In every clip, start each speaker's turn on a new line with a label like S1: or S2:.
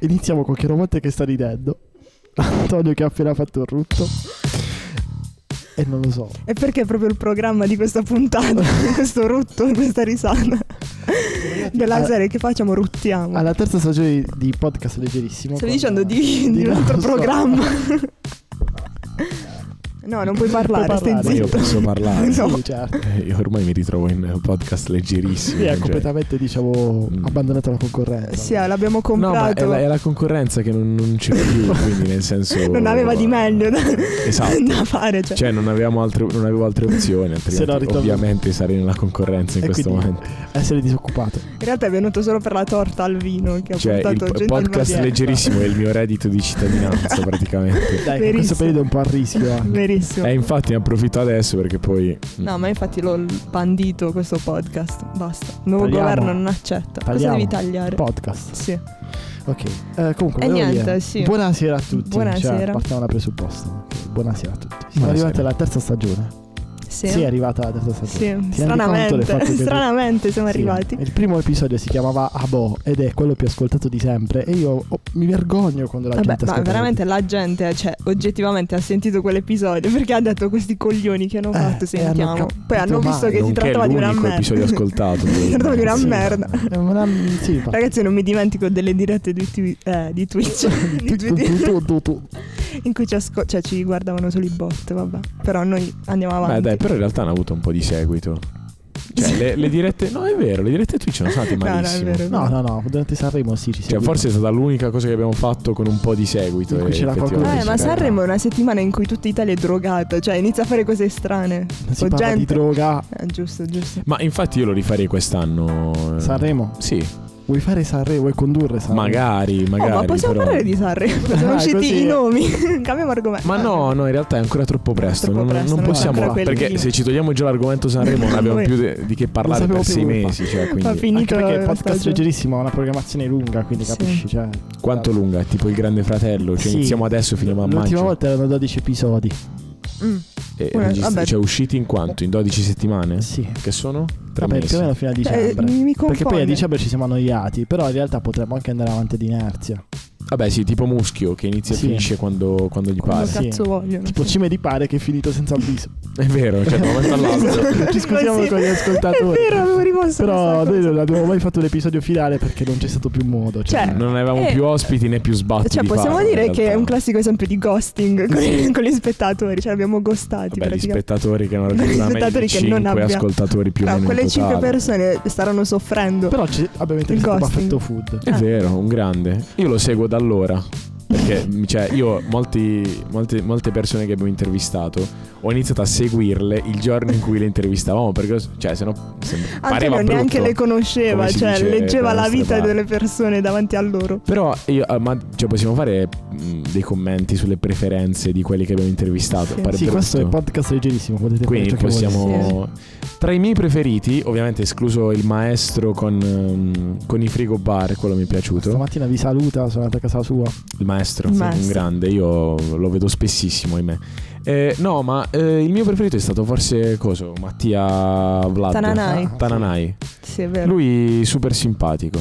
S1: Iniziamo con Chiaromonte che sta ridendo. Antonio che ha appena fatto il rutto. E non lo so.
S2: E perché è proprio il programma di questa puntata, di questo rutto, di questa risata? Della
S1: alla-
S2: serie che facciamo, ruttiamo.
S1: Alla terza stagione di- di podcast leggerissimo.
S2: Sto
S1: con- eh,
S2: dicendo
S3: eh,
S2: di, di
S1: non
S2: un altro
S1: lo so.
S2: programma. no, non puoi parlare,
S1: Puoi
S2: stai
S1: parlare.
S3: Ma io
S2: zitto.
S3: posso parlare.
S2: No.
S1: Sì, certo.
S3: Eh, Io ormai mi ritrovo in podcast leggerissimi.
S1: Sì, è
S3: cioè.
S1: completamente, diciamo,
S3: Mm.
S1: abbandonato alla concorrenza.
S2: Sì, eh, l'abbiamo
S3: No, ma è
S2: comprato.
S3: la, è la concorrenza che non, non c'è più, quindi nel senso...
S2: Non aveva di meglio da,
S3: Esatto.
S2: da fare. Cioè.
S3: Cioè non, avevamo altre, non avevo altre opzioni, altrimenti
S1: no, ritorno-
S3: ovviamente sarei nella concorrenza in
S1: E
S3: questo
S1: quindi-
S3: momento.
S1: Essere disoccupato.
S2: In realtà è venuto solo per la torta al vino che ha
S3: Cioè il
S2: portato
S3: po-
S2: gente in
S3: podcast
S2: Baviera.
S3: leggerissimo è il mio reddito di cittadinanza praticamente.
S1: Dai,
S2: Verissimo.
S1: questo periodo è un po' a rischio. eh. anche.
S2: Verissimo.
S3: E infatti ne approfitto adesso perché poi...
S2: No, ma infatti l'ho bandito questo podcast. Basta. Il nuovo
S1: Tagliamo.
S2: governo non accetta.
S1: Tagliamo.
S2: Cosa devi tagliare?
S1: Podcast.
S2: sì.
S1: Ok, eh, comunque,
S2: E
S1: volevo
S2: niente,
S1: dire,
S2: sì.
S1: buonasera a tutti.
S2: Buonasera.
S1: Cioè, partiamo da presupposto. Ok, Buonasera a tutti. Siamo
S3: Buonasera.
S1: arrivati alla terza stagione.
S2: Sì.
S1: Sì, è arrivata la terza
S2: Sì,
S1: stagione. Ti rendi conto
S2: Stranamente,
S1: del fatto che-
S2: stranamente siamo
S1: Sì.
S2: arrivati.
S1: Il primo episodio si chiamava Abo ed è quello più ascoltato di sempre. E io oh, mi vergogno quando la
S2: Vabbè,
S1: gente
S2: ma
S1: ascolta.
S2: veramente la gente, cioè, oggettivamente ha sentito quell'episodio perché ha detto questi coglioni che hanno
S1: Eh,
S2: fatto,
S1: e
S2: sentiamo.
S1: hanno capito
S2: Poi hanno visto
S1: male.
S2: che si
S3: Nonché
S2: trattava di una
S3: l'unico
S2: merda.
S3: episodio ascoltato.
S2: si trattava di una
S1: Sì.
S2: merda.
S1: Eh, ma la- sì, infatti.
S2: Ragazzi, non mi dimentico delle dirette di, twi- eh, di Twitch di
S1: Tu, tu,
S2: Twitch,
S1: tu, tu, tu.
S2: in cui ci, asco- cioè, ci guardavano solo i bot, vabbè. Però noi andiamo avanti.
S3: Beh dai, però in realtà hanno avuto un po' di seguito. Cioè, le, le dirette... No, è vero, le dirette Twitch sono state
S2: no, no,
S3: malissimo.
S2: è vero. è
S1: Cioè, No,
S2: vero.
S1: no, no, durante Sanremo sì ci
S3: Cioè,
S1: siamo.
S3: forse è stata l'unica cosa che abbiamo fatto con un po' di seguito.
S1: In cui
S3: e
S1: c'era
S3: effettivamente
S1: qualcuno
S2: Eh,
S1: che
S3: si
S2: ma
S1: Sì,
S3: parla.
S2: Sanremo è una settimana in cui tutta Italia è drogata, cioè inizia a fare cose strane.
S1: si
S2: Ho
S1: parla di
S2: gente-
S1: droga.
S2: Eh, giusto, giusto.
S3: Ma infatti io lo rifarei quest'anno. eh.
S1: Sanremo.
S3: Sì,
S1: Vuoi fare Sanremo? Vuoi condurre Sanremo?
S3: magari,
S2: Oh,
S3: magari.
S2: ma possiamo
S3: però-
S2: parlare di Sanremo?
S1: Ah,
S2: Sono usciti
S1: così.
S2: i nomi. Cambiamo argomento.
S3: Ma no, no, in realtà è ancora troppo presto.
S2: Troppo
S3: non,
S2: presto,
S3: non
S2: no,
S3: possiamo.
S1: ancora
S2: quelli
S3: Perché
S2: lì.
S3: se ci togliamo già l'argomento Sanremo, non abbiamo
S2: Voi-
S3: più de- di che parlare
S1: Non
S3: per sei
S1: sapevo più come
S3: mesi. Cioè,
S2: Fa
S3: quindi,
S1: Anche
S2: finito
S1: perché il
S2: la
S1: podcast
S2: stagione.
S1: leggerissimo ha una programmazione lunga, quindi
S2: Sì.
S1: capisci? Cioè,
S3: quanto lunga? È tipo il Grande Fratello. Cioè,
S1: Sì.
S3: iniziamo adesso e finiamo a
S1: L'ultima
S3: maggio.
S1: volta erano 12 episodi.
S2: Mm.
S3: E
S2: Una-
S3: registri-
S2: vabbè.
S3: Cioè, usciti in quanto? In 12 settimane?
S1: Sì.
S3: Che sono? Tre
S1: Vabbè, più o
S3: mesi.
S1: meno fino a
S2: Cioè,
S1: dicembre.
S2: mi, mi
S1: Perché poi a
S2: confonde.
S1: dicembre ci siamo annoiati, però in realtà potremmo anche andare avanti di inerzia.
S3: Vabbè, sì, tipo muschio che inizia e
S1: Sì.
S3: finisce quando, quando gli
S2: Quando
S3: pare.
S1: Sì.
S2: cazzo vogliono.
S1: Tipo cime di pare che è finito senza avviso. Esatto.
S3: È vero, cioè, da un momento all'altro.
S1: Ci scusiamo
S2: Così.
S1: con gli ascoltatori.
S2: È vero, avevo rimosso
S1: Però
S2: questa
S1: noi
S2: cosa.
S1: non abbiamo mai fatto l'episodio finale perché non c'è stato più modo. Cioè,
S2: Cioè,
S3: Non avevamo
S2: Eh.
S3: più ospiti né più sbatti.
S2: Cioè,
S3: di
S2: possiamo
S3: farlo,
S2: dire
S3: Ah, in
S2: che
S3: realtà.
S2: è un classico esempio di ghosting con, i- con gli spettatori. Cioè, abbiamo gostati
S3: Vabbè, gli
S2: praticamente.
S3: spettatori che non
S2: Gli
S3: raggiungono
S2: spettatori
S3: i
S2: che non
S3: 5
S2: abbiamo.
S3: ascoltatori più o
S2: Però
S3: meno. in
S2: quelle cinque
S3: totale.
S2: persone staranno soffrendo.
S1: però c'è- abbiamo
S2: Il
S1: intervistato
S2: ghosting.
S1: Baffetto Food.
S3: È vero, un grande. Io lo seguo da allora. Perché, cioè, io molti- molte, molte persone che abbiamo intervistato ho iniziato a seguirle il giorno in cui le intervistavamo. Perché, cioè, se no. se- pareva
S2: Antonio neanche
S3: brutto.
S2: le conosceva,
S3: come si
S2: cioè
S3: dice esatto.
S2: leggeva
S3: dalle
S2: la
S3: nostre
S2: vita
S3: parti.
S2: delle persone davanti a loro.
S3: Però io, ah, ma, cioè, possiamo fare mh, dei commenti sulle preferenze di quelli che abbiamo intervistato.
S2: Sì.
S3: Pare
S1: Sì, questo è
S3: brutto.
S1: un podcast leggerissimo. Potete fare
S3: Quindi
S1: ciò che
S3: possiamo. Tra i miei preferiti, ovviamente escluso il maestro con, ehm, con i frigo bar, quello mi è
S1: volete.
S3: piaciuto.
S1: Stamattina vi saluta, sono andato a casa sua.
S3: Il maestro,
S2: Il
S3: sì, un
S2: maestro.
S3: grande, io lo vedo spessissimo, ahimè. Eh, no, ma eh, il mio preferito è stato forse coso, Mattia Vlad.
S2: Tananai.
S1: Ah,
S3: Tananai.
S2: Sì, è vero.
S3: Lui super simpatico.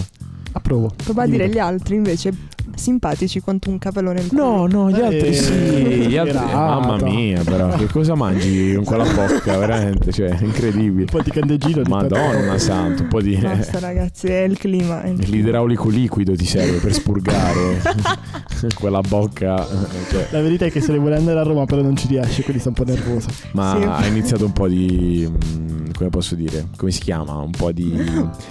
S1: Approvo.
S2: Prova a dire
S1: Divido.
S2: gli altri invece simpatici quanto un capellone in culo.
S3: No, no, gli
S1: Eh,
S3: altri sì. Gli altri, eh, mamma
S1: pirata.
S3: mia, però che cosa mangi con quella bocca, veramente? Cioè, incredibile.
S1: Un po' di candegino. ogni tanto.
S3: Madonna santo, un po' di.
S2: Basta ragazzi, è il clima. è il clima.
S3: L'idraulico liquido ti serve per spurgare quella bocca. eh, cioè,
S1: La verità è che se ne vuole andare a Roma, però non ci riesce, quindi sta un po' nervoso.
S3: ma
S2: Sì.
S3: ha iniziato un po' di. mm, come posso dire? Come si chiama? Un po' di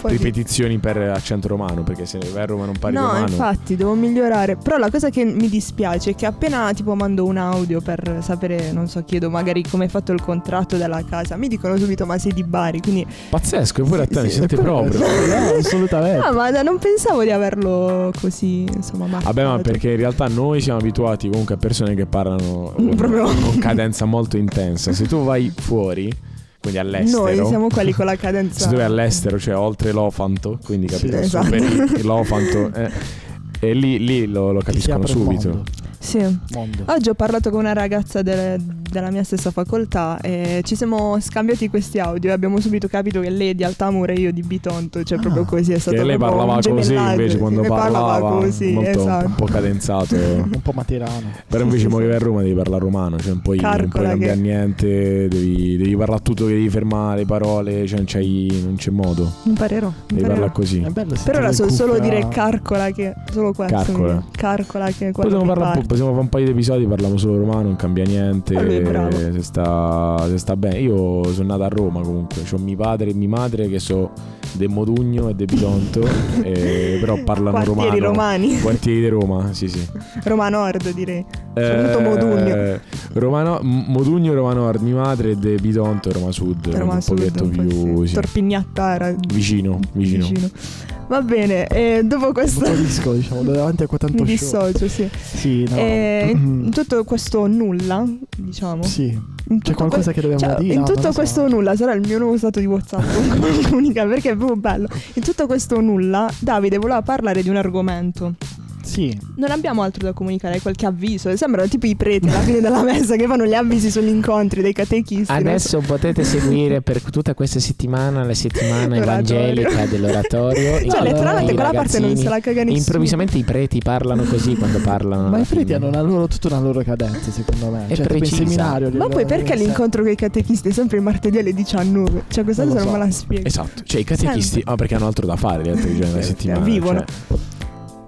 S2: Poi di-
S3: ripetizioni per accento romano. Perché se vai a Roma non parli
S2: No,
S3: romano.
S2: infatti, devo migliorare. Però la cosa che mi dispiace è che appena tipo mando un audio per sapere, non so, chiedo magari come è fatto il contratto della casa, mi dicono subito "Ma sei di Bari", quindi
S3: Pazzesco, eppure a te ne sente proprio.
S1: Eh, No,
S3: Eh.
S1: assolutamente.
S2: No, "Ah, ma da- non pensavo di averlo così, insomma,
S3: Vabbè, ma
S2: marcato.
S3: perché in realtà noi siamo abituati comunque a persone che parlano con,
S2: Mm, Proprio-
S3: con cadenza molto intensa. Se tu vai fuori, quindi all'estero.
S2: Noi siamo quelli con la cadenza.
S3: Se tu vai all'estero, cioè oltre l'Ofanto, quindi capito,
S1: Sì,
S2: esatto.
S3: superi l'Ofanto. eh, e lì, lì lo, lo
S1: Ti si
S3: capiscono
S1: apre un
S3: subito.
S1: Mondo.
S2: Sì.
S1: mondo.
S2: Oggi ho parlato con una ragazza del- della mia stessa facoltà e ci siamo scambiati questi audio e abbiamo subito capito che lei è di Altamura e io di Bitonto, cioè
S1: Ah.
S2: proprio così è stato
S3: Che lei
S2: proprio un
S3: parlava così
S2: gemellaggio,
S3: invece
S2: sì,
S3: quando
S2: lei
S3: parlava
S2: così,
S3: molto un-
S2: esatto.
S3: un po' cadenzato.
S1: Un po' materano.
S3: Però
S2: Sì,
S3: invece
S2: sì,
S3: mo che
S2: sì.
S3: vai a Roma devi parlare romano, cioè non puoi, non puoi
S2: Calcola che-
S3: cambiare niente, devi, devi parlare tutto, devi fermare le parole, cioè non, c'hai- non c'è modo,
S2: Imparerò,
S3: devi
S2: imparerò.
S3: parlare così.
S1: È bello
S2: Per ora so
S1: sentire in
S2: solo
S1: cuffia-
S2: dire carcola che solo questo.
S3: Carcola.
S2: mi- Carcola che quello
S3: Poi Possiamo,
S2: che
S3: parlare un po',
S2: parte.
S3: possiamo fare un paio di episodi, parliamo solo romano, non cambia niente.
S2: Vabbè, bravo.
S3: Se sta, se sta bene. Io sono nata a Roma comunque, ho mio padre e mia madre che so del Modugno e del Bitonto, e- eh, però parlano
S2: Quartieri
S3: romano.
S2: romani,
S3: Quartieri di Roma, sì sì.
S2: Roma Nord direi. Saluto Modugno.
S3: Roma no- M- Modugno, Roma Nord, mia madre e De Bitonto, Roma Sud,
S2: Roma
S3: un
S2: Sud,
S3: pochetto
S2: un po'
S3: più
S2: sì.
S3: sì.
S2: Torpignattara,
S3: vicino, vicino.
S2: vicino. Va bene, e dopo
S1: Un
S2: questo
S1: po' di disco, diciamo, davanti a quanto
S2: mi
S1: show.
S2: dissocio, sì.
S1: Sì, no. Mm-hmm. Mm.
S2: E in tutto questo nulla, diciamo.
S1: Sì,
S2: in
S1: c'è
S2: tutto
S1: qualcosa che dobbiamo
S2: Cioè,
S1: dire.
S2: in
S1: No, non
S2: tutto
S1: lo so.
S2: questo nulla sarà il mio nuovo stato di WhatsApp con comunica perché è proprio bello. In tutto questo nulla, Davide voleva parlare di un argomento.
S1: Sì,
S2: Non abbiamo altro da comunicare, qualche avviso. Sembrano tipo i preti alla fine della messa che fanno gli avvisi sugli incontri dei catechisti. non so.
S4: Adesso potete seguire per tutta questa settimana la settimana
S2: L'oratorio.
S4: evangelica dell'oratorio. in
S2: Cioè,
S4: cui
S2: letteralmente
S4: i
S2: quella parte non
S4: ragazzini-
S2: se la caga nessuno.
S4: Improvvisamente i preti parlano così quando
S3: Ah,
S4: parlano.
S1: ma
S4: alla
S1: i preti
S4: fine.
S1: hanno una loro, tutta una loro cadenza, secondo me.
S4: È
S1: cioè, tipo in
S4: precisa.
S1: seminario.
S2: Ma poi perché l'incontro con i catechisti è sempre il martedì alle 19? Cioè, questa
S1: Non
S2: cosa
S1: lo
S2: non me
S1: so.
S2: la spiego.
S3: Esatto, cioè i catechisti, ah, perché hanno altro da fare gli altri giorni della settimana.
S2: Eh, vivono.
S3: cioè.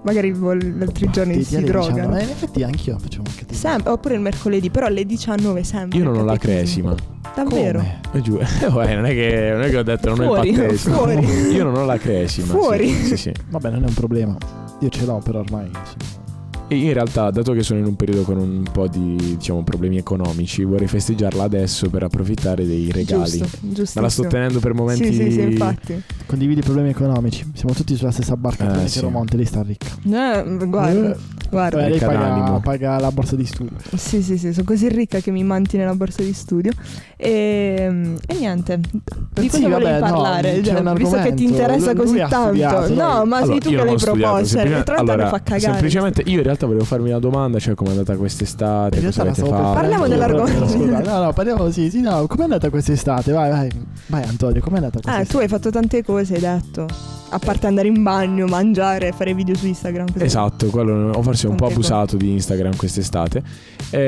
S2: Magari vol- gli altri giorni si drogano.
S1: Ma "Eh, in effetti anch'io facciamo anche te.
S2: Sempre- oppure il mercoledì, però alle 19 sempre.
S3: Io non ho la
S2: catechismo.
S3: cresima.
S2: Davvero?
S1: Come?
S3: Eh, giù. Eh, vabbè, non, è che, non è che ho detto non
S2: Fuori,
S3: è il battesimo.
S2: fuori.
S3: Io non ho la cresima.
S2: Fuori.
S3: Sì, sì, sì.
S1: Vabbè, non è un problema. Io ce l'ho, però ormai. insomma.
S3: E in realtà, dato che sono in un periodo con un po' di diciamo, problemi economici, vorrei festeggiarla adesso per approfittare dei regali.
S2: Giusto, giusto.
S3: Me la sto tenendo per momenti.
S2: Sì, sì, sì, infatti.
S1: Condividi i problemi economici. Siamo tutti sulla stessa barca.
S3: Eh,
S1: tranne che
S3: sì.
S1: Romonte, lei sta ricca.
S2: No,
S1: Eh,
S2: guarda, guarda.
S1: Vabbè, lei
S3: Ricca
S1: paga,
S3: d'animo.
S1: paga la borsa di studio.
S3: Eh.
S2: Sì, sì, sì, sono così ricca che mi mantiene la borsa di studio. Ehm, E, e niente, di
S1: Sì,
S2: cosa volevi
S1: vabbè, no,
S2: parlare?
S1: c'è
S2: Cioè,
S1: un
S2: visto che
S1: argomento.
S2: ti interessa
S1: Lui- lui
S2: così
S1: ha
S2: tanto.
S1: studiato,
S2: no,
S1: dai.
S2: ma sei
S3: Allora,
S2: tu
S3: io
S2: che
S3: non
S2: l'hai
S3: ho studiato,
S2: proposto.
S3: semplicemente-
S2: Tra l'altro mi
S3: allora,
S2: fa cagare.
S3: Semplicemente io in realtà volevo farmi una domanda, cioè come è andata quest'estate,
S1: In realtà
S3: cosa
S1: la
S3: avete
S1: stavo per
S3: fatto.
S1: fare
S2: Parliamo
S1: anch'io,
S2: dell'argomento.
S1: però, scusa. No, no, parliamo. Sì, sì, no. Com'è andata quest'estate? Vai, vai. Vai, Antonio, com'è andata
S2: Ah,
S1: quest'estate?
S2: tu hai fatto tante cose, hai detto. A parte andare in bagno, mangiare, fare video su Instagram. così.
S3: Esatto, quello ho forse un po'
S2: Anche qua.
S3: abusato di Instagram quest'estate. E
S1: Vabbè,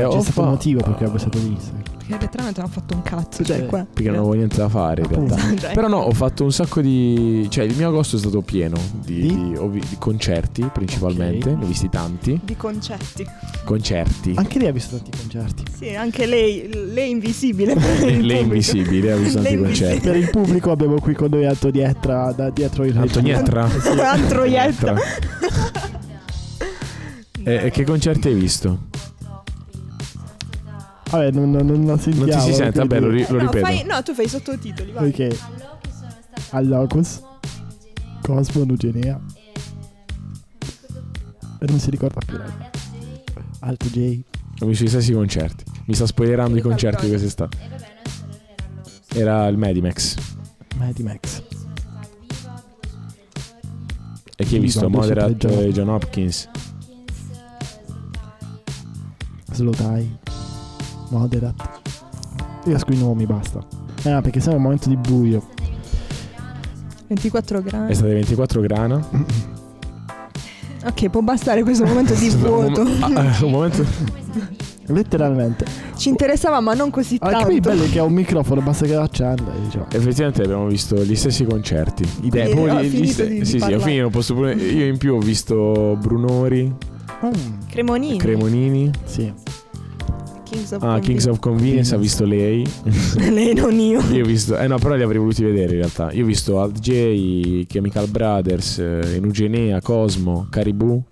S3: Eh, ho
S1: c'è stato
S3: fa-
S1: un motivo per cui ha bussato Instagram.
S2: Perché letteralmente non ho fatto un cazzo, cioè
S1: Sì.
S2: qua.
S3: Perché non avevo niente da fare in
S1: Appunto.
S3: realtà.
S2: Cioè,
S3: Però no, ho fatto un sacco di. cioè, il mio agosto è stato pieno di,
S1: Di?
S3: di- ovvi- di concerti principalmente.
S1: Ok.
S3: Ne ho visti tanti.
S2: Di concetti.
S3: Concerti.
S1: Anche lei ha visto tanti concerti.
S2: Sì, anche lei, lei invisibile.
S3: Lei invisibile, ha visto
S2: Le
S3: tanti concerti.
S1: Per il pubblico abbiamo qui con noi Antonietta da dietro il
S3: Antonietra.
S2: Antroietta.
S3: Eh, eh, che concerti hai visto?
S1: Vabbè, non, non, non la
S3: Non
S1: sentiamo.
S3: ti si sente? Vabbè, lo,
S1: quindi-
S3: ri- lo
S2: no,
S3: ripeto.
S2: fai- no, tu fai i sottotitoli, vai.
S1: Ok, All'Ocus. Cosmo Nugenea. E non si ricorda più. lei. Alto J.
S3: Ho visto gli stessi concerti. Mi sta spoilerando i concerti di quest'estate. Era il Medimax.
S1: Mighty Max.
S3: E chi hai visto?
S1: Sì, guarda,
S3: Moderat
S1: sempre John-
S3: e John Hopkins.
S1: Slotai. Moderat. Io scrivo i nomi, basta. Eh, no, perché siamo in un momento di buio.
S2: 24 gradi.
S1: Eh.
S3: È stato 24 grana.
S2: Ok, può bastare questo momento di vuoto.
S3: Un, ah, ah, un momento.
S1: Letteralmente.
S2: Ci interessava, ma non
S3: Ah,
S2: così
S1: Anche qui il
S2: tanto.
S1: bello è che ha un microfono, basta che lo accenda. E diciamo.
S3: Effettivamente abbiamo visto gli stessi concerti. Idee,
S2: Quindi ho
S3: gli- gli
S2: finito
S3: ste-
S2: di- di
S3: sì, sì, ho
S2: parlare.
S3: finito. Posso pure- io in più ho visto Brunori,
S1: Mm,
S2: Cremonini.
S3: Cremonini,
S1: sì.
S2: Kings of
S3: ah, Kings of Convenience. Ha visto lei.
S2: Lei non io.
S3: Io ho visto, eh no, però li avrei voluti vedere in realtà. Io ho visto Alt J, Chemical Brothers, eh, Enugenea, Cosmo, Caribou,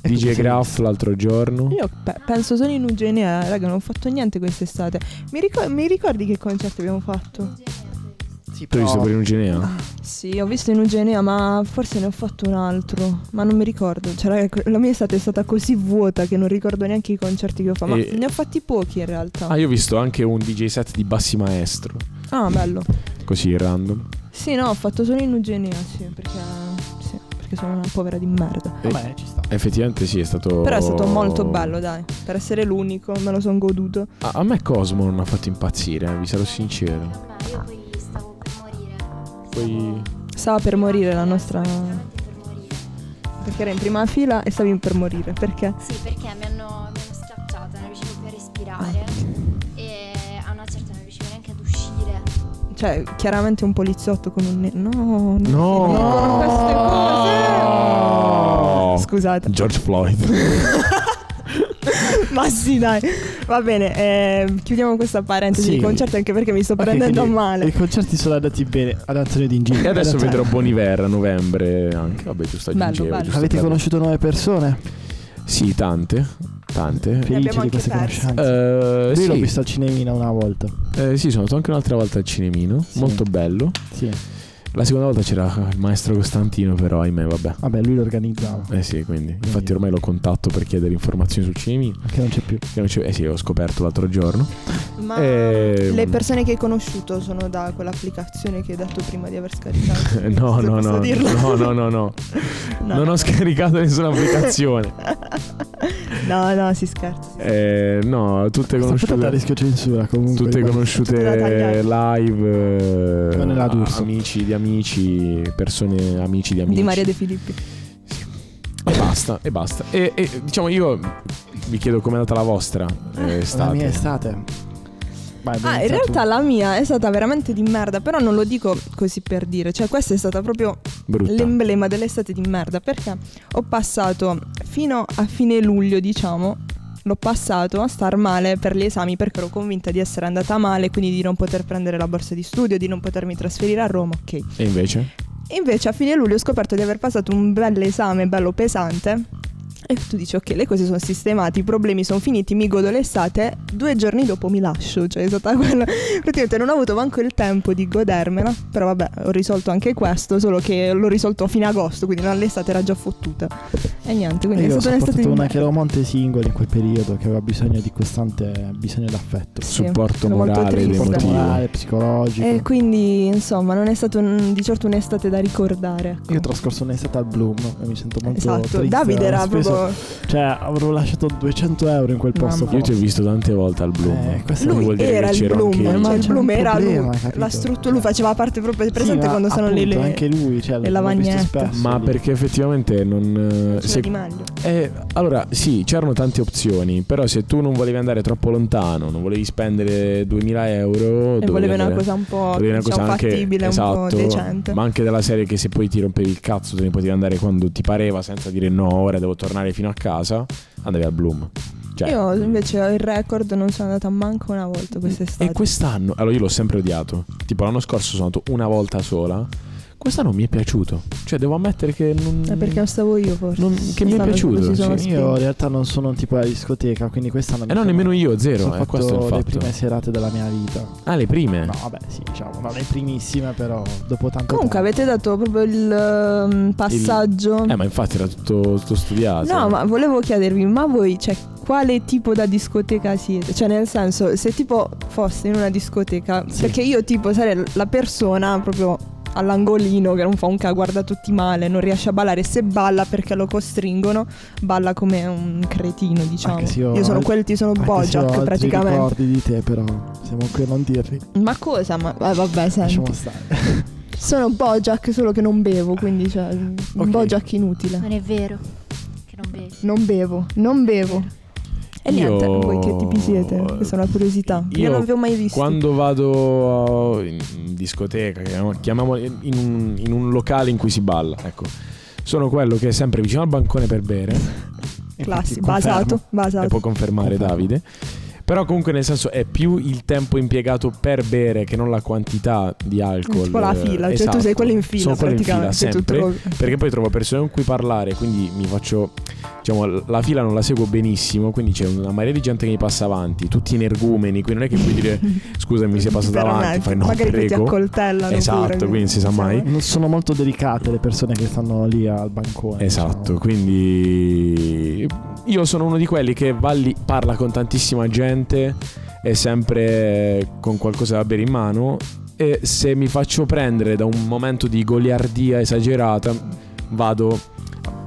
S3: DJ Graf l'altro giorno.
S2: Io pe- penso solo in Ugenia, raga, non ho fatto niente quest'estate. Mi, ricor- mi ricordi che concerti abbiamo fatto?
S1: Sì,
S3: Tu hai visto per Enugenea?
S2: Sì, ho visto in Ugenia, ma forse ne ho fatto un altro. Ma non mi ricordo. Cioè, raga, que- la mia estate è stata così vuota che non ricordo neanche i concerti che ho fatto. Ma
S3: E-
S2: ne ho fatti pochi in realtà.
S3: Ah, io ho visto anche un DJ set di Bassi Maestro.
S2: Ah, bello.
S3: Così random.
S2: Sì, no, ho fatto solo in Ugenia, sì, perché. Sì, perché sono una povera di merda.
S1: Vabbè, ci sta.
S3: Effettivamente sì, è stato...
S2: Però è stato molto
S3: Oh.
S2: bello, dai. Per essere l'unico, me lo sono goduto.
S3: A, a me Cosmo non ha fatto impazzire, eh, vi sarò sincero.
S5: Vabbè, io poi stavo per morire.
S3: Poi...
S5: Ah,
S2: Stava per morire la nostra.
S5: Veramente per morire.
S2: Perché era in prima fila e stavi per morire. Perché?
S5: Sì, perché mi hanno, mi hanno schiacciata, non riuscivo più a respirare. E a una certa non riuscivo neanche ad uscire.
S2: Cioè, chiaramente un poliziotto con un. ne- No, no.
S3: No!
S2: no, queste
S1: Oh.
S3: No!
S2: cose. Scusate.
S3: George Floyd.
S2: Ma sì, dai. Va bene, eh, chiudiamo questa parentesi
S1: Sì.
S2: di concerto anche perché mi sto
S1: Ok,
S2: prendendo a
S1: quindi I
S2: male.
S1: concerti sono andati bene alla nazione di Ingilterra.
S3: E adesso
S1: Cioè,
S3: vedrò Bonivera a novembre anche. Vabbè, giusto,
S2: Bello,
S3: aggiungevo.
S2: bello.
S3: giusto
S1: Avete
S3: per-
S1: conosciuto nuove persone?
S3: Sì, tante. Tante.
S2: Ne abbiamo
S1: Felici di
S2: anche
S1: queste
S2: perse.
S1: conoscenze.
S3: Eh,
S1: Io l'ho
S3: sì.
S1: visto al Cinemina una volta.
S3: Eh, sì, sono andato anche un'altra volta al cinemino.
S1: Sì.
S3: Molto bello.
S1: Sì.
S3: La seconda volta c'era il maestro Costantino, però, ahimè, vabbè.
S1: Vabbè, lui lo organizzava.
S3: Eh sì, quindi. Infatti ormai lo contatto per chiedere informazioni sul cinemino.
S1: Che non c'è più.
S3: che non c'è- Eh sì, l'ho scoperto l'altro giorno.
S2: Ma
S3: Eh, Ehm.
S2: Ah, le persone che hai conosciuto sono da quell'applicazione che hai detto prima di aver scaricato.
S3: No,
S2: Se
S3: no,
S2: posso
S3: no,
S2: dirlo.
S3: no, no, no, no.
S2: No,
S3: non ho scaricato nessuna applicazione.
S2: No, no, si scherza.
S3: Eh, no, tutte
S1: Questa puntata
S3: conosciute.
S1: rischio censura comunque.
S3: Tutte
S2: Tutte da
S3: conosciute
S2: tagliare.
S3: live,
S1: Non è la
S3: eh,
S1: D'Urso.
S3: amici di amici, persone amici di amici.
S2: Di Maria De Filippi.
S3: E basta, e basta. E, e, diciamo io vi chiedo com'è andata la vostra eh,
S1: La
S3: estate.
S1: mia estate. Vai,
S2: Ah, in
S1: inizia tu.
S2: realtà la mia è stata veramente di merda, però non lo dico così per dire, cioè questa è stata proprio
S3: Brutta.
S2: l'emblema dell'estate di merda, perché ho passato fino a fine luglio, diciamo, l'ho passato a star male per gli esami perché ero convinta di essere andata male, quindi di non poter prendere la borsa di studio, di non potermi trasferire a Roma, ok.
S3: E invece?
S2: E invece a fine luglio ho scoperto di aver passato un bel esame, bello pesante. E tu dici ok, le cose sono sistemate, i problemi sono finiti, mi godo l'estate, due giorni dopo mi lascio, cioè è stata quella... Praticamente non ho avuto manco il tempo di godermela, però vabbè, ho risolto anche questo, solo che l'ho risolto a fine agosto, quindi non- l'estate era già fottuta. E niente,
S1: E
S2: quindi
S1: Io
S2: è
S1: ho
S2: stata
S1: portato
S2: un'estate di
S1: una
S2: merda.
S1: Chiaromonte singola in quel periodo che aveva bisogno di costante bisogno d'affetto.
S2: Sì,
S3: Supporto
S2: sono molto
S3: morale ed
S2: triste.
S1: Supporto
S3: emotivo.
S1: morale, psicologico.
S2: E Eh, quindi insomma non è stata un- di certo un'estate da ricordare. ecco.
S1: Io ho trascorso un'estate al Bloom e mi sento molto
S2: Esatto,
S1: triste.
S2: Davide era
S1: Ho speso-
S2: proprio...
S1: Cioè, avrò lasciato 200 euro in quel
S2: Mamma
S1: posto.
S2: mia.
S3: Io ti ho visto tante volte al Bloom.
S1: Eh, questo
S3: Non
S1: Lui
S3: vuol dire
S2: era
S3: che
S2: il
S3: c'ero
S2: Bloom,
S3: anche io.
S2: cioè
S1: Ma
S2: il
S1: c'è un
S2: Bloom era
S1: problema,
S2: lui,
S1: capito?
S2: la struttura, lui faceva parte proprio presente
S1: Sì, ma
S2: quando sono lì
S1: appunto,
S2: le,
S1: anche lui, cioè,
S2: le
S1: l'ho
S2: lavagnette.
S1: visto spesso
S3: Ma
S1: lì.
S3: perché effettivamente non... eh,
S2: le
S3: se-
S2: di maglio.
S3: eh, allora, sì, c'erano tante opzioni, però se tu non volevi andare troppo lontano, non volevi spendere 2000 euro...
S2: E
S3: dovevi
S2: voleva una
S3: andare-
S2: cosa un po'
S3: Volevi una
S2: diciamo,
S3: cosa anche
S2: fattibile, un po'
S3: esatto,
S2: decente.
S3: Ma anche della serie che se poi ti rompevi il cazzo te ne potevi andare quando ti pareva senza dire no, ora devo tornare fino a casa, andavi al Bloom. Cioè,
S2: Io invece ho il record, non sono andata manco una volta quest'estate.
S3: E quest'anno, allora io l'ho sempre odiato. Tipo l'anno scorso sono andato una volta sola. Quest'anno mi è piaciuto. Cioè devo ammettere che non...
S2: È Eh, perché non stavo io forse.
S3: non- che mi è
S2: Quest'anno
S3: piaciuto.
S2: si sono
S3: sì.
S1: Io in realtà non sono un tipo alla discoteca, quindi questa non
S3: E Eh, no, nemmeno io, zero.
S1: Ho
S3: Eh, questo è il
S1: fatto le
S3: fatto.
S1: prime serate della mia vita.
S3: Ah, le prime.
S1: No, vabbè, sì, diciamo, non le primissime, però dopo tanto
S2: Comunque
S1: tempo.
S2: avete dato proprio il ehm, passaggio.
S3: Eh, ma infatti era tutto, tutto studiato.
S1: Ah,
S2: No, ma volevo chiedervi, ma voi, cioè, quale tipo da discoteca siete? Cioè, nel senso, se tipo foste in una discoteca,
S1: Sì.
S2: perché io tipo sarei la persona proprio all'angolino che non fa un ca, guarda tutti male, non riesce a ballare, se balla perché lo costringono, balla come un cretino, diciamo.
S1: Anche se io-
S2: io, sono quel, ti sono
S1: Anche se ho
S2: Bojack
S1: altri
S2: praticamente.
S1: ricordi di te, però siamo qui a non dirli.
S2: Ma cosa? Ma eh, vabbè,
S1: Lasciamo
S2: senti.
S1: stare.
S2: Sono Bojack solo che non bevo, quindi cioè un
S1: Ok.
S2: Bojack inutile.
S5: Non è vero che non bevi.
S2: Non bevo, non bevo. E
S3: Io-
S2: niente, voi che tipi siete? Questa è una curiosità. Io,
S3: Io
S2: non vi ho mai visto.
S3: Quando vado a- in in discoteca, chiamiamo- chiamiamo in, un- in un locale in cui si balla, ecco. Sono quello che è sempre vicino al bancone per bere,
S2: Esatto. Classi,
S1: Infatti, confermo.
S2: basato,
S3: e
S2: basato.
S3: può confermare
S1: Confermo.
S3: Davide. Però comunque nel senso è più il tempo impiegato per bere che non la quantità di alcol.
S2: Tipo la fila,
S3: Eh,
S2: cioè tu
S3: esatto.
S2: sei quello in fila
S3: Sono quello in
S2: praticamente. cioè
S3: fila
S2: tu
S3: sempre.
S2: trovi-
S3: Perché poi trovo persone con cui parlare, quindi mi faccio. Diciamo, la fila non la seguo benissimo, quindi c'è una marea di gente che mi passa avanti, tutti energumeni, quindi non è che puoi dire scusami, sei passato
S2: Però
S3: avanti,
S2: neanche,
S3: fai no,
S2: Magari poi ti
S3: prego.
S2: accoltellano.
S3: Esatto,
S2: pure,
S3: quindi si sa mai.
S1: Non sono molto delicate le persone che stanno lì al bancone.
S3: Esatto,
S1: diciamo.
S3: quindi io sono uno di quelli che va lì, parla con tantissima gente e sempre con qualcosa da bere in mano e se mi faccio prendere da un momento di goliardia esagerata vado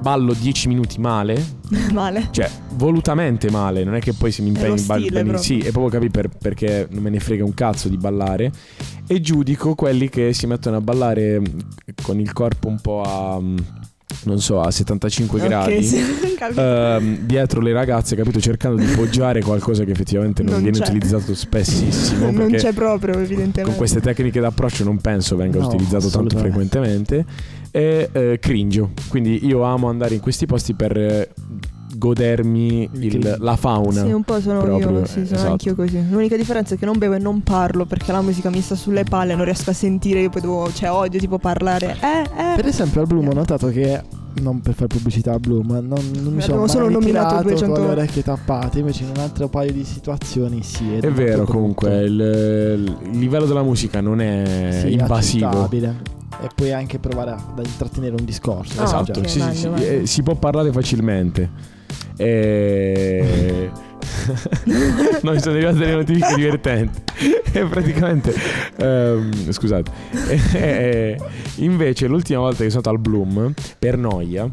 S3: ballo 10 minuti male,
S2: Male.
S3: cioè volutamente male, non è che poi se mi impegni
S2: lo
S3: in ballo
S2: stile proprio.
S3: sì, e proprio capì per- perché non me ne frega un cazzo di ballare e giudico quelli che si mettono a ballare mh, con il corpo un po' a mh, non so, a 75
S2: Ok,
S3: gradi.
S2: sì, capito.
S3: ehm, dietro le ragazze, capito, cercando di poggiare qualcosa che effettivamente non,
S2: Non
S3: viene
S2: c'è.
S3: utilizzato spessissimo
S2: non
S3: perché
S2: c'è proprio, evidentemente.
S3: con queste tecniche d'approccio non penso venga
S1: No,
S3: utilizzato tanto
S1: assolutamente.
S3: frequentemente e eh, cringio quindi io amo andare in questi posti per eh, godermi il- la fauna
S2: Sì, un po' sono
S3: Proprio,
S2: io, sì,
S3: eh,
S2: sono
S3: esatto.
S2: anch'io così. L'unica differenza è che non bevo e non parlo perché la musica mi sta sulle palle, non riesco a sentire, io poi devo, cioè odio tipo parlare. Eh,
S1: Per
S2: eh.
S1: esempio al Bloom ho notato che non per fare pubblicità a Bloom, ma non, non mi sono
S2: Eh, Abbiamo
S1: mai
S2: solo nominato
S1: ritirato
S2: 200
S1: con le orecchie tappate, invece in un altro paio di situazioni sì.
S3: è vero comunque il, il livello della musica non è
S1: sì,
S3: invasivo
S1: accettabile. E puoi anche provare a- ad intrattenere un discorso.
S2: Ah,
S3: esatto
S2: ok,
S3: sì, sì,
S2: meglio,
S3: sì,
S2: meglio.
S3: eh, si può parlare facilmente e no mi sono arrivate delle notifiche divertenti e Eh, praticamente ehm, scusate E- invece l'ultima volta che sono stato al Bloom per noia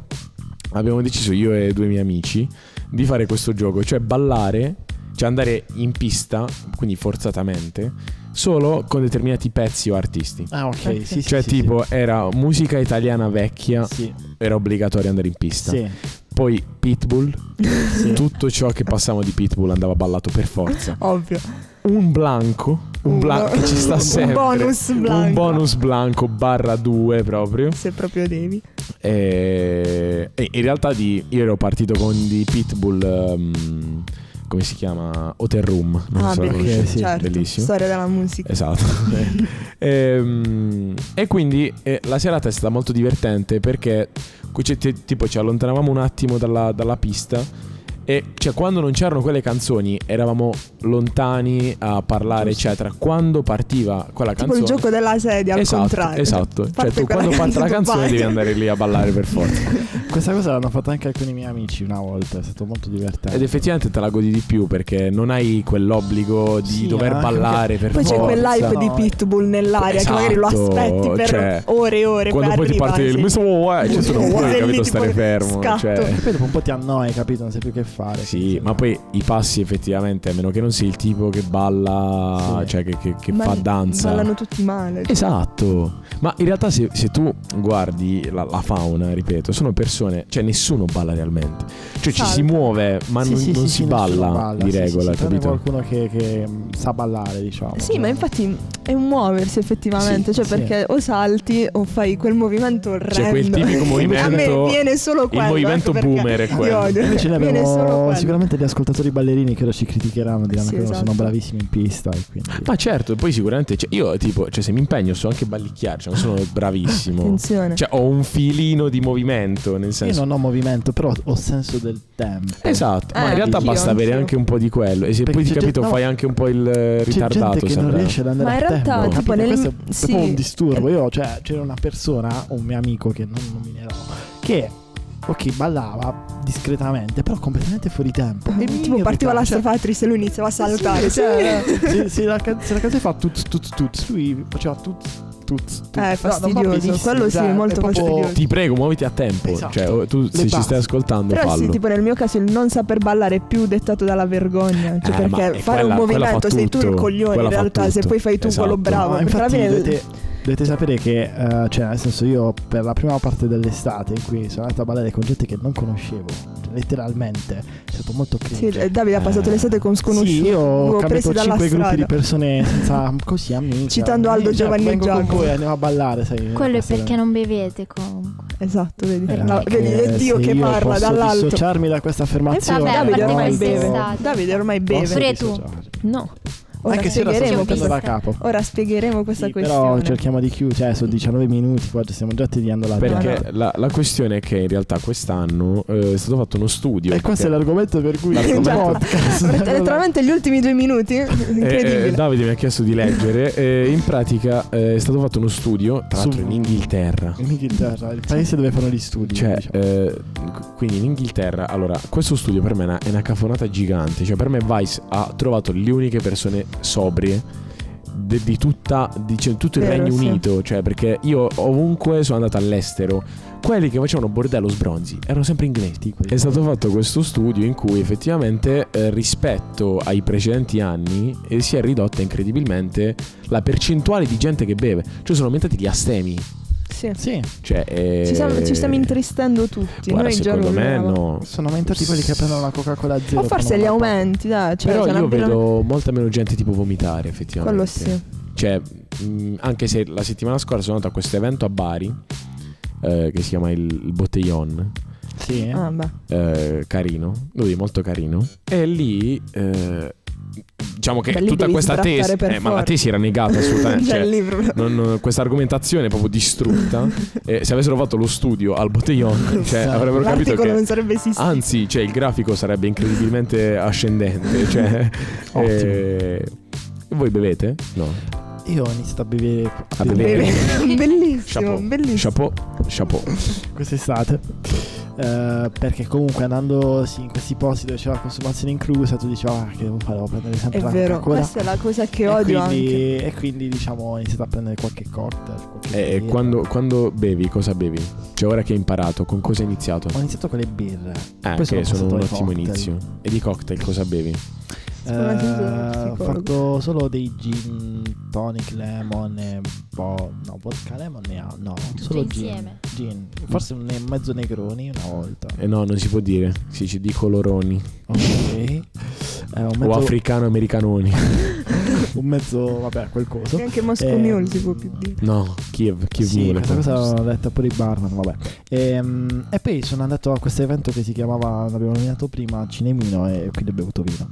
S3: abbiamo deciso io e due miei amici di fare questo gioco cioè ballare cioè andare in pista quindi forzatamente solo con determinati pezzi o artisti
S1: Ah, ok, sì, sì,
S3: cioè
S1: sì,
S3: tipo eh, era musica italiana vecchia
S1: sì.
S3: era obbligatorio andare in pista.
S1: Sì,
S3: Poi Pitbull,
S1: sì, sì.
S3: tutto ciò che passava di Pitbull andava ballato per forza.
S2: Ovvio.
S3: Un blanco, un blanco che ci sta sempre.
S2: Un bonus blanco.
S3: Un bonus blanco barra 2 proprio.
S2: Se proprio devi.
S3: E, e in realtà di, io ero partito con di Pitbull. ehm, come si chiama? Hotel Room. Non
S2: ah,
S3: so se lo
S2: bellissimo.
S3: conoscete.
S1: sì,
S2: certo.
S3: bellissimo.
S2: Storia della musica.
S3: Esatto. Ehm, e, quindi eh, la serata è stata molto divertente perché cu- ci- ti- tipo ci allontanavamo un attimo dalla, dalla pista e cioè quando non c'erano quelle canzoni eravamo lontani a parlare eccetera. Quando partiva quella
S2: Tipo
S3: canzone
S2: il gioco della sedia al
S3: Esatto,
S2: contrario.
S3: esatto. Cioè,
S2: parte
S3: tu
S2: quella
S3: quando parte la
S2: tu
S3: canzone
S2: vai.
S3: devi andare lì a ballare per forza.
S1: Questa cosa l'hanno fatta anche alcuni miei amici una volta, è stato molto divertente.
S3: Ed effettivamente te la godi di più perché non hai quell'obbligo di
S1: Sì,
S3: dover
S1: anche
S3: ballare per
S2: Poi c'è
S3: forza.
S2: quell'hype di Pitbull nell'aria
S3: Esatto,
S2: che magari lo aspetti per
S3: cioè,
S2: ore e ore.
S3: Quando
S2: per
S3: poi ti parte il
S2: arrivare, sì.
S3: misto, eh, cioè, se non puoi,
S2: Sei lì,
S3: capito,
S2: tipo,
S3: stare fermo.
S2: scatto.
S3: Cioè,
S1: E poi dopo un po' ti annoi, capito? Non sai più che fare.
S3: sì, ma poi i passi effettivamente, a meno che non sei il tipo che balla,
S1: Sì.
S3: cioè che, che- che
S2: Ma
S3: fa danza.
S2: Ballano tutti male.
S3: Esatto, ma in realtà se, se tu guardi la, la fauna, ripeto, sono persone, cioè nessuno balla realmente, cioè ci
S2: Salta.
S3: si muove ma non, non si balla, di regola,
S1: c'è
S3: capito?
S1: qualcuno che, che, mh, sa ballare, diciamo.
S2: Sì, ma infatti è un muoversi effettivamente,
S1: Sì,
S2: cioè
S1: sì.
S2: perché o salti o fai quel movimento orrendo.
S3: C'è Cioè, quel tipico
S2: A
S3: movimento,
S2: me viene solo quello.
S3: movimento
S2: ecco perché
S3: boomer è
S2: io
S3: quello.
S2: odio.
S1: Invece ne
S2: Viene solo
S1: abbiamo
S2: quello.
S1: Eh, sicuramente gli ascoltatori ballerini che ora ci criticheranno, diranno
S2: Sì,
S1: che non sono
S2: esatto.
S1: bravissimi in pista e quindi...
S3: Ma certo, poi sicuramente cioè, io tipo, cioè se mi impegno so anche ballicchiare, cioè non sono bravissimo.
S2: Attenzione.
S3: Cioè ho un filino di movimento, nel
S1: Io
S3: senso
S1: non ho movimento, però ho senso del tempo.
S3: Esatto, ma
S2: Eh,
S3: in realtà
S2: anch'io,
S3: basta avere
S2: anch'io.
S3: anche un po' di quello e se
S1: Perché
S3: poi ti
S1: c'è
S3: capito
S1: gente-
S3: fai
S1: no.
S3: anche un po' il eh,
S1: C'è gente
S3: ritardato
S1: che non
S3: sembra.
S1: riesce ad andare
S2: Ma in
S1: a
S2: realtà,
S1: tempo,
S2: tipo,
S1: capito?
S2: nel-
S1: Questo è
S2: sì.
S1: proprio un disturbo. Io, cioè, c'era una persona, un mio amico che non nominerò, che ok, ballava discretamente, però completamente fuori tempo. E mi
S2: Eh, tipo partiva
S1: irritava,
S2: la
S1: cioè,
S2: strafattrice e lui iniziava a saltare.
S1: Sì, cioè, se, se la, ca- se la canzone fa tut tut tut, lui faceva tut tut tut.
S2: Eh,
S1: No, non va
S2: fastidioso,
S1: benissimo,
S2: quello sì,
S1: cioè,
S2: molto
S1: è proprio-
S2: fastidioso.
S3: Ti prego, muoviti a tempo.
S1: Esatto.
S3: Cioè, o- tu se ci
S1: basi.
S3: stai ascoltando,
S2: Però
S3: fallo.
S2: sì, tipo nel mio caso il non saper ballare è più dettato dalla vergogna. Cioè,
S3: Eh, ma
S2: perché
S3: è
S2: fare
S3: quella-
S2: un
S3: quella fa
S2: movimento sei tu il
S3: tutto,
S2: coglione
S3: quella
S2: in
S3: fa
S2: realtà, se
S3: tutto.
S2: poi fai tu quello
S3: Esatto.
S2: bravo.
S1: No,
S2: perché alla
S1: infatti
S2: fine-
S1: dovete, dovete sapere che, eh, cioè, nel senso, io per la prima parte dell'estate in cui sono andato a ballare con gente che non conoscevo, letteralmente, è stato molto
S2: Sì,
S1: cringe.
S2: eh, Davide ha passato
S3: Eh,
S2: l'estate con sconosciuti.
S1: Sì, io ho
S2: Avevo
S1: cambiato
S2: presi dalla
S1: 5 gruppi di
S2: strada.
S1: persone senza così amici.
S2: Citando Aldo,
S1: Cioè,
S2: Giovanni e
S1: vengo
S2: Giacomo.
S1: con voi, andiamo a ballare, sai.
S5: Quello è
S1: passare-
S5: perché non bevete comunque.
S2: Esatto, vedi.
S1: Eh,
S2: No,
S1: perché
S2: vedi, è Dio
S1: se
S2: che
S1: io
S2: parla
S1: posso
S2: dall'alto.
S1: dissociarmi da questa affermazione.
S5: Vabbè, a
S2: Davide
S5: parte
S2: ormai
S5: questa
S2: beve.
S5: estate.
S2: Davide ormai
S1: posso
S2: beve.
S5: Pure tu.
S1: dissociarmi.
S2: No. Ora
S1: Anche se lo sto
S5: Io ho
S2: spiegheremo,
S1: mettendo
S5: visto.
S1: da
S2: questa,
S1: capo.
S2: ora spiegheremo questa
S1: Sì,
S2: questione.
S1: però cerchiamo di chiudere, cioè sono 19 minuti, qua stiamo già tediando la
S3: Perché
S1: giornata.
S3: la, la questione è che in realtà quest'anno eh, è stato fatto uno studio.
S2: Eh,
S1: E questo è l'argomento per cui il
S2: Già.
S1: podcast.
S2: Letteralmente gli ultimi due minuti.
S3: Eh, eh,
S2: Incredibile.
S3: Davide mi ha chiesto di leggere. eh, in pratica eh, è stato fatto uno studio, tra
S1: Su-
S3: l'altro in Inghilterra.
S1: In Inghilterra, il paese dove fanno gli studi.
S3: Cioè,
S1: diciamo.
S3: eh, qu- quindi in Inghilterra, allora, questo studio per me è una- è una cafonata gigante. Cioè, per me Vice ha trovato le uniche persone sobrie de- di tutta, di cioè, tutto il
S2: Vero,
S3: Regno
S2: sì.
S3: Unito, cioè perché io ovunque sono andato all'estero, quelli che facevano bordello sbronzi erano sempre inglesi. È stato fatto questo studio in cui effettivamente eh, rispetto ai precedenti anni eh, si è ridotta incredibilmente la percentuale di gente che beve, cioè sono aumentati gli astemi.
S2: Sì.
S1: Sì,
S3: Cioè, eh,
S2: Ci stiamo, ci stiamo intristendo tutti.
S3: guarda,
S2: Noi già
S3: secondo
S2: lo
S3: me
S2: eravamo.
S3: no.
S1: sono aumentati quelli che prendono la Coca-Cola zero.
S2: O forse
S1: fanno
S2: gli
S1: una pa-
S2: aumenti, dai. Cioè,
S3: Però
S2: c'è una
S3: io
S2: birra-
S3: vedo molta meno gente tipo vomitare effettivamente.
S2: Quello sì.
S3: Cioè, mh, anche se la settimana scorsa sono andato a questo evento a Bari, eh, che si chiama il, il Botteillon,
S1: Sì. eh.
S2: Ah, beh.
S3: eh, carino, lui molto carino, e lì... eh, Diciamo che
S2: Beh, lì
S3: tutta
S2: devi
S3: questa tesi,
S2: sbrattare per
S3: eh, ma la
S2: forza.
S3: tesi era negata assolutamente.
S2: C'è
S3: cioè,
S2: il libro.
S3: non- non- questa argomentazione è proprio distrutta. Eh, se avessero fatto lo studio al Botteillon, cioè, avrebbero capito
S2: L'articolo
S3: che
S2: non sarebbe esistito.
S3: Anzi, cioè, il grafico sarebbe incredibilmente ascendente. Cioè,
S1: Ottimo.
S3: eh, voi bevete? No.
S1: Io ho iniziato a bere
S3: A bevere.
S2: Beve- bellissimo,
S3: Chapeau.
S2: bellissimo.
S3: Chapeau. Chapeau.
S1: quest'estate. Eh, perché comunque andando sì, in questi posti dove c'è la consumazione inclusa, tu dicevi ah, che devo fare? Devo prendere sempre
S2: È
S1: la
S2: vero,
S1: Coca-Cola.
S2: questa è la cosa che
S1: E
S2: odio anche.
S1: quindi, e quindi, diciamo ho iniziato a prendere qualche cocktail. qualche
S3: Eh,
S1: birra.
S3: quando, quando bevi, cosa bevi? Cioè, ora che hai imparato, con cosa hai iniziato?
S1: Ho iniziato con le birre.
S3: Eh,
S1: poi sono
S3: che sono
S1: passato
S3: un
S1: ai
S3: ottimo
S1: cocktail.
S3: inizio. E di cocktail cosa bevi?
S2: Secondo me sei stato uno
S1: Eh, ho
S2: psicologo.
S1: fatto solo dei gin, tonic, lemon e bo- no, vodka lemon ne ha, no, solo gin,
S5: Cioè, insieme.
S1: gin. Forse un e mezzo negroni una volta.
S3: Eh no, non si può dire. Si dice di coloroni.
S1: Ok. Eh, un,
S3: O
S1: mezzo,
S3: africano-americanoni.
S1: un mezzo, vabbè, quel
S3: Esatto.
S1: coso.
S2: E anche Moscow
S1: Eh,
S3: Ehm,
S2: Mule si può più dire.
S3: No, Kiev. Kiev
S1: Sì,
S3: Mule.
S1: questa cosa l'ho letta pure i barman, vabbè. Ehm, E, poi sono andato a questo evento che si chiamava, l'abbiamo nominato prima, Cinemino e quindi ho bevuto vino.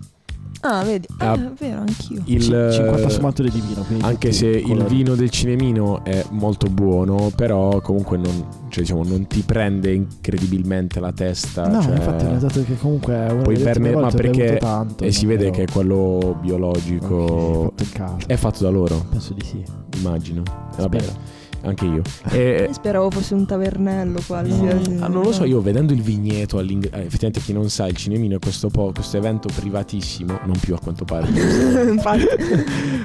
S2: Ah, vedi. Ah,
S3: Ah.
S2: è vero, anch'io.
S3: Il,
S1: Cin- 50
S3: eh,
S1: sfumature di vino. quindi
S3: Anche
S1: tutti
S3: se il
S1: colori.
S3: vino del cinemino è molto buono, però comunque non, cioè, diciamo, non ti prende incredibilmente la testa.
S1: No,
S3: cioè,
S1: infatti ho notato che comunque è una
S3: Puoi
S1: delle
S3: berne-
S1: ultime
S3: ma
S1: volte ho
S3: perché-
S1: bevuto tanto,
S3: E si
S1: non
S3: vede
S1: ero-
S3: che è quello biologico.
S1: Ok, fatto in casa.
S3: È fatto da loro,
S1: Penso di sì.
S3: immagino. Eh, Vabbè,
S1: Spero.
S3: anche io. E-
S2: Io Eh, Speravo fosse un tavernello qualsiasi.
S3: Ah, non lo so, io vedendo il vigneto all'ing- eh, effettivamente chi non sa, il cinemino è questo, po- questo evento privatissimo, non più a quanto pare.
S2: Infatti,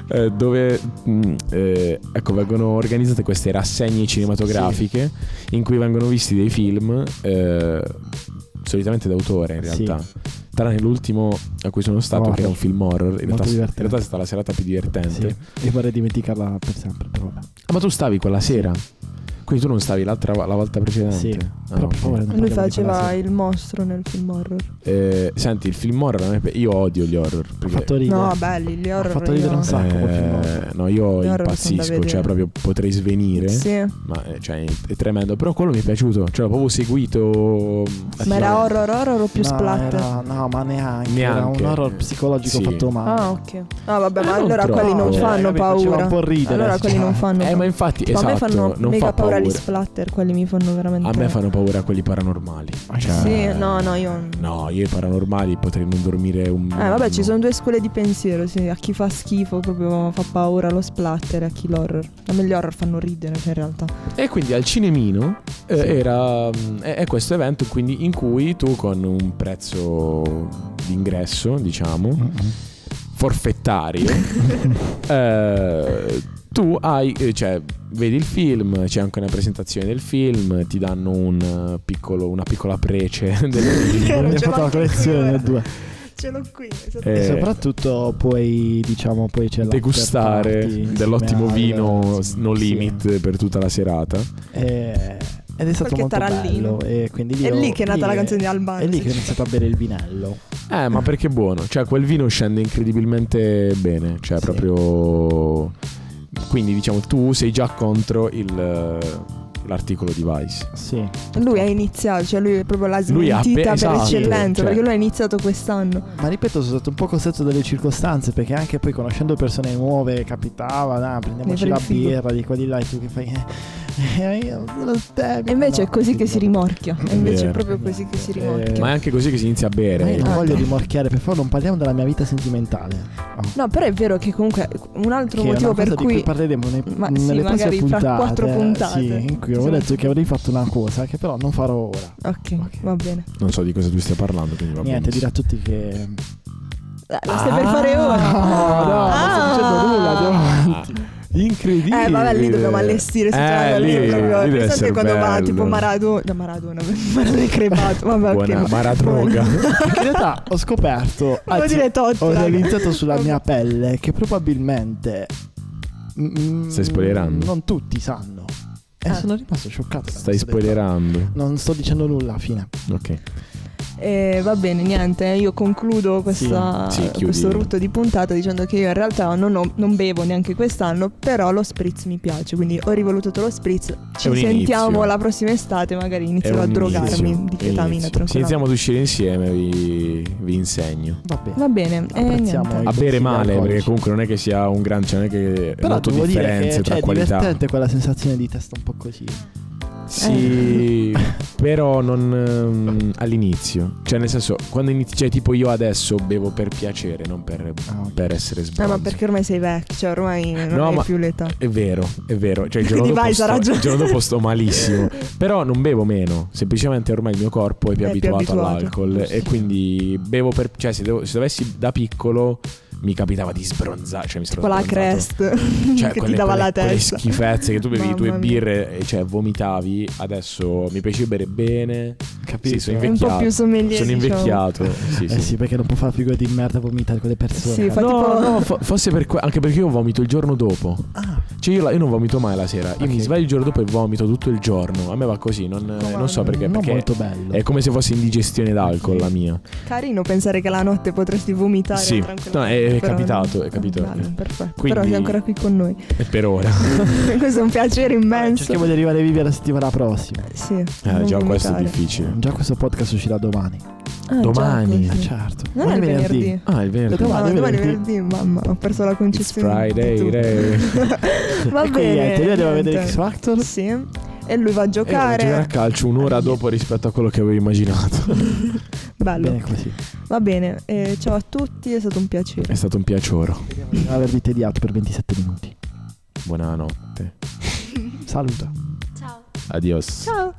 S3: Eh, dove mh, eh, ecco, vengono organizzate queste rassegne cinematografiche in cui vengono visti dei film eh, solitamente d'autore in
S1: Sì.
S3: realtà. Tranne l'ultimo a cui sono stato,
S1: Horror.
S3: che è un film horror. In
S1: Molto
S3: realtà, in
S1: divertente.
S3: realtà è stata la serata più divertente.
S1: Sì. Io vorrei dimenticarla per sempre, però vabbè.
S3: Ah, ma tu stavi quella sera? Quindi tu non stavi l'altra la volta precedente?
S1: Sì. però
S3: Ah,
S1: per
S3: ok.
S1: favore non
S2: lui
S1: parliamo di quella
S2: faceva
S1: sera.
S2: il mostro nel film horror.
S3: Eh, senti, il film horror a me io odio gli horror.
S1: Ha
S3: perché-
S1: fatto ridere.
S2: No, belli, gli horror.
S1: Ha fatto ridere
S2: io-
S1: un sacco quel film horror.
S3: Eh, no, io
S2: Gli horror sono da
S3: impazzisco, cioè
S2: vedere.
S3: proprio potrei svenire.
S2: Sì,
S3: Ma eh, cioè, è tremendo. Però quello mi è piaciuto. Cioè, l'ho proprio seguito. mm,
S2: ma era horror horror o più
S1: No,
S2: splatter?
S1: era- no, ma neanche. Era
S3: Neanche.
S1: un horror psicologico
S3: Sì.
S1: fatto male.
S2: Ah, ok. Ah, vabbè,
S3: Ma
S2: ma
S3: non
S2: allora
S3: troppo.
S2: quelli non
S3: Cioè,
S2: fanno
S1: capito, faceva
S2: paura.
S1: un po' ridere.
S2: Allora quelli non fanno
S3: Eh, ma
S2: paura.
S3: infatti,
S2: Ma
S3: esatto,
S2: a me fanno
S3: non
S2: mega
S3: fa
S2: paura
S3: paura.
S2: gli splatter, quelli mi fanno veramente
S3: A me fanno paura quelli paranormali. Cioè,
S2: Sì, no, no, io
S3: No, io i paranormali potrei non dormire un
S2: Eh vabbè, ci
S3: no.
S2: sono due scuole di pensiero, sì, a chi fa schifo proprio fa paura lo splatter e a chi l'horror. A me gli horror fanno ridere, cioè in realtà.
S3: E quindi al Cinemino eh,
S1: Sì.
S3: era, mm, è, è questo evento quindi, in cui tu con un prezzo d'ingresso,
S2: Mm.
S3: diciamo, forfettario, eh, tu hai, eh, cioè, vedi il film, c'è anche una presentazione del film, ti danno un eh, piccolo, una piccola prece del film.
S1: Mi ha fatto la collezione del due.
S2: Ce l'ho qui,
S3: Eh,
S1: E soprattutto poi, diciamo, poi c'è la
S3: degustare dell'ottimo vino s- no limit per tutta la serata.
S1: Eh, ed è stato
S2: Qualche
S1: molto
S2: tarallino.
S1: bello. E quindi lì
S2: È
S1: ho-
S2: lì che è nata la
S1: è-
S2: canzone di
S1: È lì che ho
S2: Albano.
S1: iniziato a bere il vinello.
S3: Eh, ma perché è buono? Cioè, quel vino scende incredibilmente bene. Cioè,
S1: Sì.
S3: proprio. Quindi, diciamo, tu sei già contro il, eh, l'articolo di Vice.
S1: Sì.
S2: Lui ha iniziato, cioè lui è proprio la
S3: Lui ha
S2: smentita per
S3: appena- esatto,
S2: eccellenza,
S3: cioè.
S2: perché lui ha iniziato quest'anno.
S1: Ma ripeto, sono stato un po' costretto dalle circostanze perché anche poi conoscendo persone nuove capitava, "Ah, prendiamoci
S2: Ne
S1: la
S2: fai il figo."
S1: birra di qua di là e tu che fai... eh, eh, io lo
S2: E invece è così che si rimorchia. E invece
S3: Vero.
S2: è proprio così che si rimorchia.
S1: Eh,
S3: Ma è anche così che si inizia a
S1: Ma io
S3: bere.
S1: non
S2: Ah.
S1: Eh, voglio rimorchiare, per favore non parliamo della mia vita sentimentale.
S2: No, però è vero che comunque un altro
S1: Che è
S2: motivo
S1: una cosa
S2: per
S1: di cui
S2: cui
S1: parleremo nei,
S2: Ma sì,
S1: nelle prossime
S2: magari fra
S1: puntate.
S2: quattro puntate.
S1: Sì, in cui avevo
S2: Sì.
S1: detto che avrei fatto una cosa che però non farò ora.
S2: Ok,
S1: Ok.
S2: va bene.
S3: Non so di cosa tu stia parlando. Quindi va
S1: Niente,
S3: benissimo.
S1: dirà a tutti che
S2: La la Eh, stai per fare ora.
S1: Ah, no,
S2: Ah.
S1: non sto dicendo nulla, andiamo avanti.
S3: Incredibile.
S2: Eh, vabbè, lì dobbiamo allestire sto
S3: eh, lì, lì
S2: proprio.
S3: deve
S2: Pensate
S3: essere
S2: quando va
S3: bello.
S2: tipo Maradona, no, Maradona, Maradona è crepato. Vabbè,
S3: Buona
S2: ok.
S3: maradroga.
S1: Perché in realtà ho scoperto,
S2: Volevo
S1: anzi,
S2: dire Totti,
S1: ho
S2: raga.
S1: realizzato sulla mia pelle che probabilmente mm,
S3: Stai spoilerando?
S1: Non tutti sanno. E
S2: Ah.
S1: sono rimasto scioccato. da
S3: Stai
S1: questo dettaglio.
S3: spoilerando.
S1: Non sto dicendo nulla alla fine.
S3: Ok.
S2: Eh, va bene, niente, io concludo questa-
S3: Sì, sì, chiudi.
S2: questo rutto di puntata dicendo che io in realtà non, ho- non bevo neanche quest'anno, però lo spritz mi piace, quindi ho rivalutato lo spritz.
S3: È un
S2: Ci sentiamo
S3: inizio.
S2: la prossima estate, magari inizierò a
S3: un
S2: drogarmi
S3: inizio,
S2: di
S3: è un
S2: ketamina
S3: inizio. Se
S2: tranquilla.
S3: iniziamo ad uscire insieme, vi, vi insegno.
S1: Va bene.
S2: Va bene, e
S1: Apprezziamo il-
S2: niente.
S3: A bere
S1: consigli
S3: male, perché
S1: alcolici. comunque
S3: comunque non è che sia un gran, cioè non è che
S1: Però
S3: noto
S1: devo dire
S3: differenze
S1: che
S3: tra
S1: cioè, è
S3: qualità.
S1: divertente quella sensazione di testa un po' così.
S3: Sì, però non ehm, all'inizio. Cioè, nel senso, quando inizio, cioè, tipo io adesso bevo per piacere, non per,
S1: Ah, ok.
S3: per essere
S2: Eh,
S3: sbagliato.
S2: ma perché ormai sei vecchio, cioè ormai non
S3: No,
S2: hai
S3: ma-
S2: più l'età.
S3: È vero, è vero. Cioè, il giorno,
S2: Quindi
S3: dopo
S2: vai,
S3: sto,
S2: c'ha ragione.
S3: il giorno dopo sto malissimo. Però non bevo meno. Semplicemente ormai il mio corpo è più,
S2: È più
S3: abituato,
S2: abituato,
S3: all'alcol.
S2: giusto.
S3: E quindi bevo per. Cioè, se, devo- se dovessi da piccolo. Mi capitava di sbronzare, cioè mi sono
S2: Tipo la
S3: sbronzato.
S2: crest
S3: Cioè,
S2: che ti
S3: quelle-
S2: dava
S3: quelle-
S2: la
S3: quelle
S2: testa.
S3: schifezze che tu bevi
S2: Mamma
S3: due
S2: mia.
S3: birre e cioè vomitavi. Adesso mi piace bere bene.
S1: Capito?
S3: Sì, sono
S2: Un po'
S3: invecchiato.
S2: più sommelier.
S3: Sono
S2: diciamo.
S3: invecchiato. Sì,
S1: Eh
S3: sì.
S1: sì, perché non può fare figura di merda vomitare con le persone.
S2: Sì, fa
S3: No,
S2: tipo-
S3: no, fo- forse per que- anche perché io vomito il giorno dopo.
S1: Ah,
S3: Cioè, io, la- io non vomito mai la sera. Io mi
S1: Ok.
S3: sveglio il giorno dopo e vomito tutto il giorno. A me va così, non,
S2: Madonna,
S3: non so perché.
S1: non
S3: perché
S1: molto bello.
S3: è come se fosse indigestione d'alcol la mia.
S2: Carino pensare che la notte potresti vomitare
S3: Sì.
S2: tranquillamente,
S3: No, è- è
S2: però-
S3: capitato, è capitato.
S2: Bello, perfetto.
S3: Quindi-
S2: Però sei ancora qui con noi.
S3: E per ora.
S2: Questo è un piacere immenso.
S1: Eh, cerchiamo di arrivare vivi alla settimana prossima.
S2: Sì.
S3: Eh,
S2: non
S3: già questo è
S2: vomitare.
S3: difficile.
S1: Già questo podcast uscirà domani.
S2: Ah, già,
S3: Domani.
S1: Ah,
S2: così.
S1: certo.
S2: Non è
S1: Domani
S2: il venerdì.
S3: Ah, il
S1: Eh,
S3: verde.
S1: domani,
S2: No, domani è
S1: venerdì.
S2: venerdì, mamma, ho perso la
S3: It's
S2: concezione. di
S3: Friday.
S2: tutto.
S3: day.
S2: Va
S1: E quindi
S2: bene.
S1: niente, io devo vedere
S2: niente.
S1: X Factor.
S2: Sì. E lui va a
S3: E ora Eh, giocare a
S2: giocare.
S3: calcio un'ora dopo rispetto a quello che avevo immaginato.
S2: Bello.
S1: Bene così.
S2: Va bene. eh, ciao a tutti, è stato un piacere.
S3: È stato un piacere.
S1: Non avervi tediato per 27 minuti.
S3: Buonanotte.
S1: Saluta.
S5: Ciao.
S3: Adios.
S2: Ciao.